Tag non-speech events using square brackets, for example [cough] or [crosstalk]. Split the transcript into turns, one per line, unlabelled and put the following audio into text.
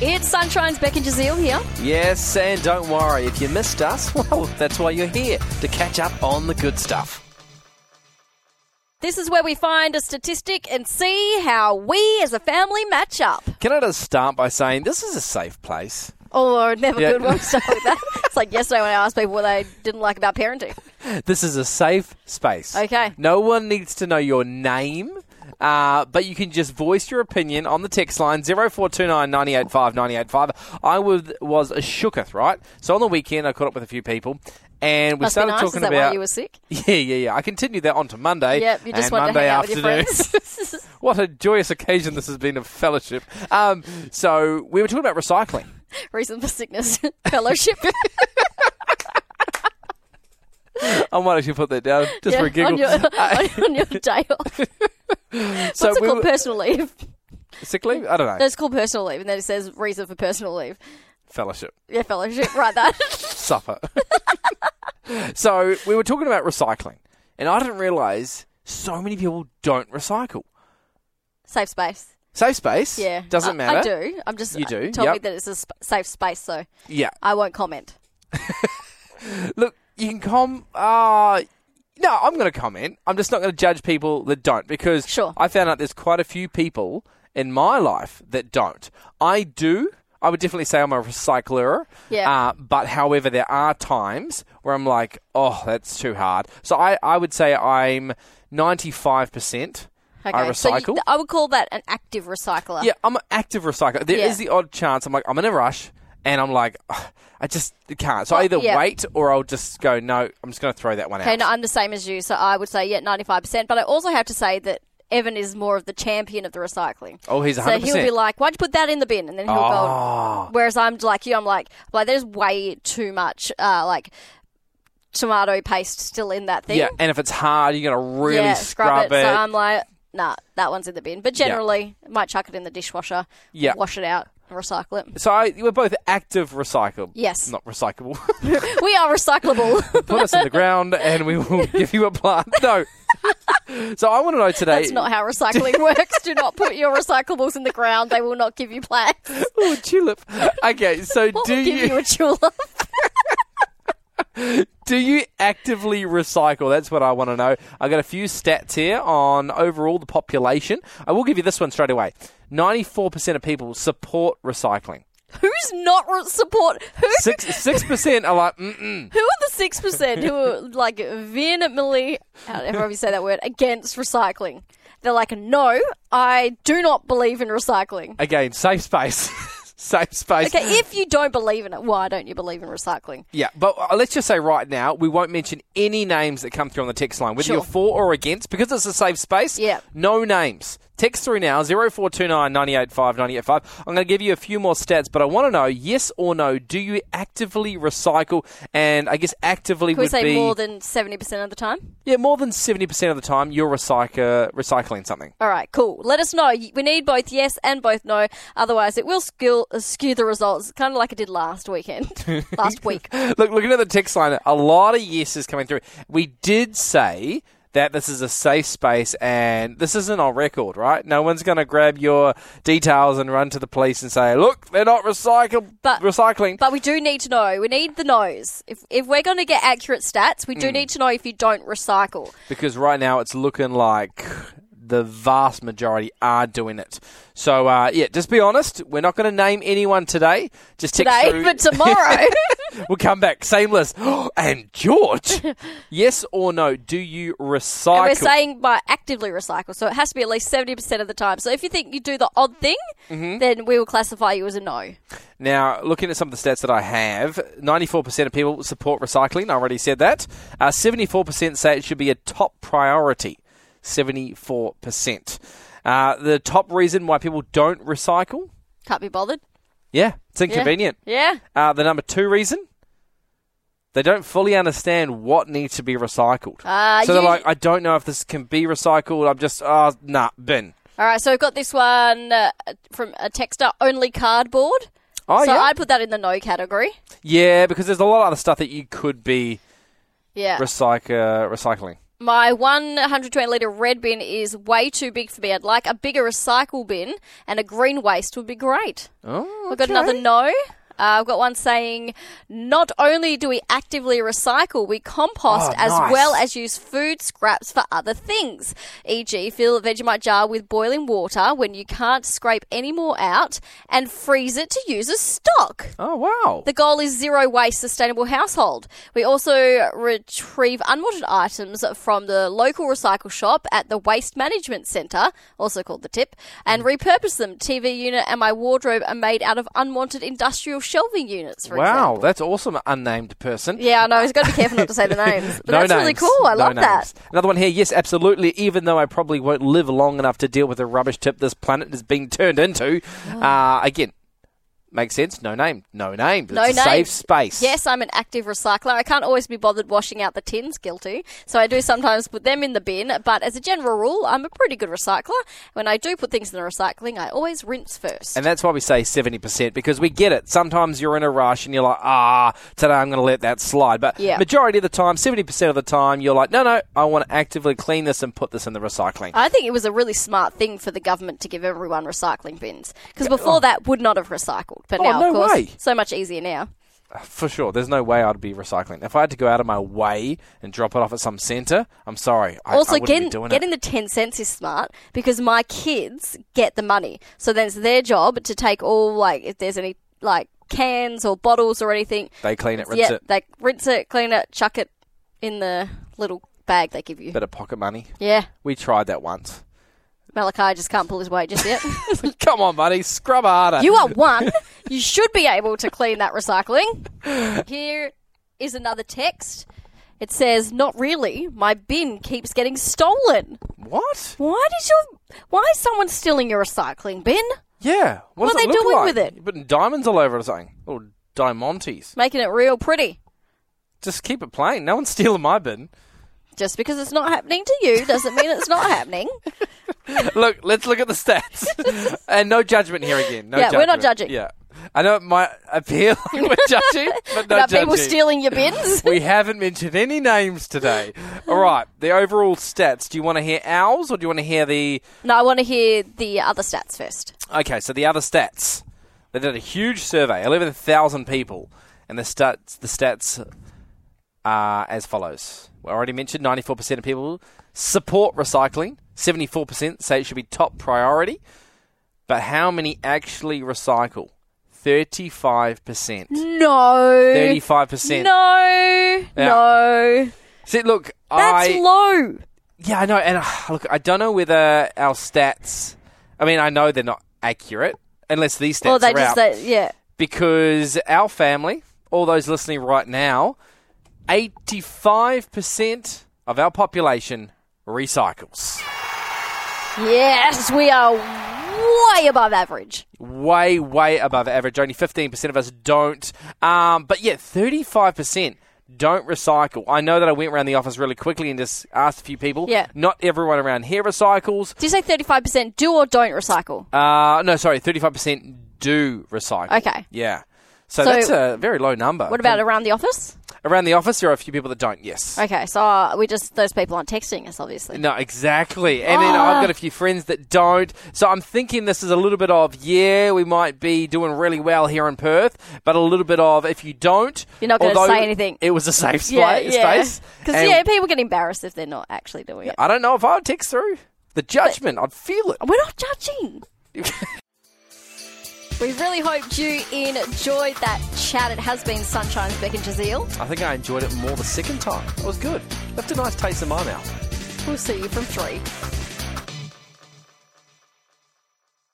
It's Sunshine's Becky Jazeel here.
Yes, and don't worry, if you missed us, [laughs] well, that's why you're here, to catch up on the good stuff.
This is where we find a statistic and see how we as a family match up.
Can I just start by saying this is a safe place?
Oh, never
Yeah.
good one. Start with that. It's like yesterday when I asked people what they didn't like about parenting.
This is a safe space.
Okay.
No one needs to know your name, uh, but you can just voice your opinion on the text line 0429 985 985. I was, was a shooketh, right? So on the weekend, I caught up with a few people. And we
Must be
started
nice.
talking
is that
about
why you were sick?
[laughs] yeah yeah yeah. I continued that on to Monday.
Yep, you just
and
wanted
Monday
to hang out with your
afternoon.
friends. [laughs]
what a joyous occasion this has been of fellowship. Um, so we were talking about recycling. [coughs]
Reason for
[laughs]
sickness. Fellowship.
I might actually put that down just for a
on,
giggle.
your,
[laughs] Uh,
on, on your day off.
[laughs] so
[laughs] What's it
we
called? Uh,
were,
Personal leave.
sick leave? I don't know.
That's called personal leave. And then it says reason for personal leave.
fellowship.
Yeah, fellowship. Right, that. [laughs]
supper. [laughs] so we were talking about recycling, and I didn't realise so many people don't recycle.
safe space.
Safe space,
Yeah.
doesn't
I,
matter.
I do. I'm just.
You do,
Told me
yep.
that it's a sp- safe space, so
Yeah,
I won't comment.
look, you can com. Uh, no, I'm going to comment. I'm just not going to judge people that don't because
Sure.
I found out there's quite a few people in my life that don't. I do. I would definitely say I'm a recycler.
Yeah.
Uh, but however, there are times where I'm like, oh, that's too hard. So I, I would say I'm 95%.
Okay.
I
So you-
recycle.
I would call that an active recycler.
[laughs] Yeah, I'm an active recycler. There is
Yeah.
the odd chance I'm like, I'm in a rush, and I'm like, [sighs] "Ugh, I just can't. So I either
Oh, yeah.
wait or I'll just go, no, I'm just going to throw that one
Okay,
out.
no, I'm the same as you, so I would say yeah, 95%. But I also have to say that Evan is more of the champion of the recycling.
Oh, he's
So
100%.
he'll be like, "Why'd you put that in the bin?" And then he'll
Ah.
go. Whereas I'm like you, I'm like, like there's way too much uh, like tomato paste still in that thing.
yeah, and if it's hard, you're going to really
yeah,
scrub, it.
So um, I'm like, nah, that one's in the bin. But generally, might chuck it in the dishwasher.
Yeah.
wash it out and recycle it.
so I, we're both active recycle.
Yes.
Not recyclable. [laughs]
we are recyclable.
Put us in the ground and
[laughs]
we will give you a plant. No. so I want to know today.
That's not how
[laughs]
recycling works. Do not put your recyclables in the ground. They will not give you plants.
Ooh, tulip. Okay, so
What
do
will give
you
you a tulip? [laughs]
Do you actively recycle? That's what I want to know. I got a few stats here on overall the population. I will give you this one straight away. 94% of people support recycling.
Who's not re- support? Who?
Six, 6% are like, mm-mm.
Who are the six percent who are like vehemently, however you say that word, against recycling? They're like, no, I do not believe in recycling.
Again, safe space. [laughs] safe space.
Okay, if you don't believe in it, why don't you believe in recycling?
Yeah, but uh, let's just say right now, we won't mention any names that come through on the text line, whether
Sure.
you're for or against, because it's a safe space.
Yeah.
No names. Text through now, 0429 985 985. I'm going to give you a few more stats, but I want to know yes or no, do you actively recycle? And I guess actively
Can we
would
say
be.
more than seventy percent of the time?
yeah, more than 70% of the time, you're recycler, recycling something.
All right, cool. Let us know. We need both yes and both no. Otherwise, it will skew, uh, skew the results, kind of like it did last weekend,
[laughs]
last week.
Look, looking at the text line, a lot of yeses coming through. We did say that this is a safe space and this isn't on record, right? No one's going to grab your details and run to the police and say, "Look, they're not recycle-
But-
recycling."
But we do need to know. We need the no's. If, if we're going to get accurate stats, we
Mm.
do need to know if you don't recycle.
because right now it's looking like the vast majority are doing it. So uh, yeah, just be honest. We're not going to name anyone today. Just text
Today,
[laughs] through.
but tomorrow. [laughs]
we'll come back. Same list. [gasps]
[laughs]
and George, yes or no? Do you recycle?
and we're saying by actively recycle. So it has to be at least 70% of the time. So if you think you do the odd thing,
Mm-hmm.
then we will classify you as a no.
Now, looking at some of the stats that I have, 94% of people support recycling. I already said that. Uh, 74% say it should be a top priority. 74%. Uh, the top reason why people don't recycle?
Can't be bothered.
Yeah, it's inconvenient.
Yeah.
Uh, the number two reason? They don't fully understand what needs to be recycled.
Uh,
so they're
you-
like, I don't know if this can be recycled. I'm just, oh, nah, bin.
All right. So we've got this one uh, from a texter only cardboard.
Oh,
so
yeah.
I'd put that in the no category.
yeah, because there's a lot of other stuff that you could be
Yeah.
recyc- uh, recycling.
My 120 litre red bin is way too big for me. I'd like a bigger recycle bin and a green waste would be great.
Oh,
We've got
okay.
another no. Uh, I've got one saying, not only do we actively recycle, we compost
Oh,
as
nice.
well as use food scraps for other things. E.g., fill a Vegemite jar with boiling water when you can't scrape any more out and freeze it to use as stock.
Oh, wow.
The goal is zero waste sustainable household. We also retrieve unwanted items from the local recycle shop at the Waste Management Centre, also called the tip, and repurpose them. TV unit and my wardrobe are made out of unwanted industrial shelving units, for
wow,
example.
that's awesome, unnamed person.
Yeah, I know. He's got to be careful not to say
[laughs]
the names. But
no
that's
names.
really cool. I
No
love that.
names. Another one here. Yes, absolutely. Even though I probably won't live long enough to deal with the rubbish tip this planet is being turned into, uh, again, makes sense. No name. No name.
Ah. No
it's a
names.
safe space.
Yes, I'm an active recycler. I can't always be bothered washing out the tins, guilty. So I do sometimes put them in the bin, but as a general rule, I'm a pretty good recycler. When I do put things in the recycling, I always rinse first.
And that's why we say 70% because we get it. Sometimes you're in a rush and you're like, ah, today I'm going to let that slide. But
Yeah.
majority of the time, 70% of the time, you're like, no, no, I want to actively clean this and put this in the recycling.
I think it was a really smart thing for the government to give everyone recycling bins because before that would not have recycled, but
Oh,
now
no
of course
way.
so much easier now.
For sure. There's no way I'd be recycling. If I had to go out of my way and drop it off at some centre, I'm sorry. I, I
also,
wouldn't
getting
be doing it.
getting the ten cents is smart because my kids get the money, so then it's their job to take all like if there's any like cans or bottles or anything.
They clean it, rinse
yeah,
it.
they rinse it, clean it, chuck it in the little bag they give you.
Bit of pocket money.
yeah,
We tried that once. [laughs]
Malachi just can't pull his weight just yet. [laughs]
Come on, buddy, scrub harder.
You are one. you should be able to clean that recycling. Here is another text. It says, "Not really. My bin keeps getting stolen.
what?
Why did your? Why is someone stealing your recycling bin?
Yeah.
What
What, does
are
it
they
look
doing
like?
with it?
You're putting diamonds all over it or something. Little diamantes.
Making it real pretty.
Just keep it plain. No one's [laughs] stealing my bin.
Just because it's not happening to you doesn't mean it's not
[laughs]
happening.
look, let's look at the stats. [laughs] and no judgment here again. No
Yeah, we're not judging.
judgment. Yeah. I know it might appear [laughs] like we're judging,
[laughs]
but no
About
judging.
people stealing your bins.
we haven't mentioned any names
[laughs]
today. All right, the overall stats. Do you want to hear ours or do you want to hear the
no, I want to hear the other stats first.
Okay, so the other stats. They did a huge survey, 11,000 people, and the stats the stats are as follows. We already mentioned 94% of people support recycling, 74% say it should be top priority, but how many actually recycle? 35%.
No.
35%.
No.
Yeah.
No.
See, look,
That's
I
low.
Yeah, I know. And uh, look, I don't know whether our stats. I mean, I know they're not accurate unless these stats
Well, they
are out
just they, yeah.
because our family, all those listening right now, eighty-five percent of our population recycles.
Yes, we are way above average.
Way, way above average. Only fifteen percent of us don't. Um, but yet, thirty-five percent. Don't recycle. I know that I went around the office really quickly and just asked a few people.
Yeah.
Not everyone around here recycles.
Do you say 35% do or don't recycle?
Uh, no, sorry, thirty-five percent do recycle.
Okay.
Yeah. So,
So-
that's a very low number.
What about around the office?
around the office? There are a few people that don't. Yes.
Okay, so uh, we just, those people aren't texting us, obviously.
No, exactly. And then I've
Ah.
got a few friends that don't. So I'm thinking this is a little bit of, yeah, we might be doing really well here in Perth, but a little bit of, if you don't.
You're not gonna
although
say anything.
It was a safe spa- space.
Because,
and
yeah, people get embarrassed if they're not actually doing it.
I don't know if I would text through. The judgment, I'd feel it.
We're not judging. We really hoped you enjoyed that chat. It has been Sunshine's Beck and Jazeel.
[laughs] I think I enjoyed it more the second time. It was good. Left a nice taste in my mouth.
We'll see you from three.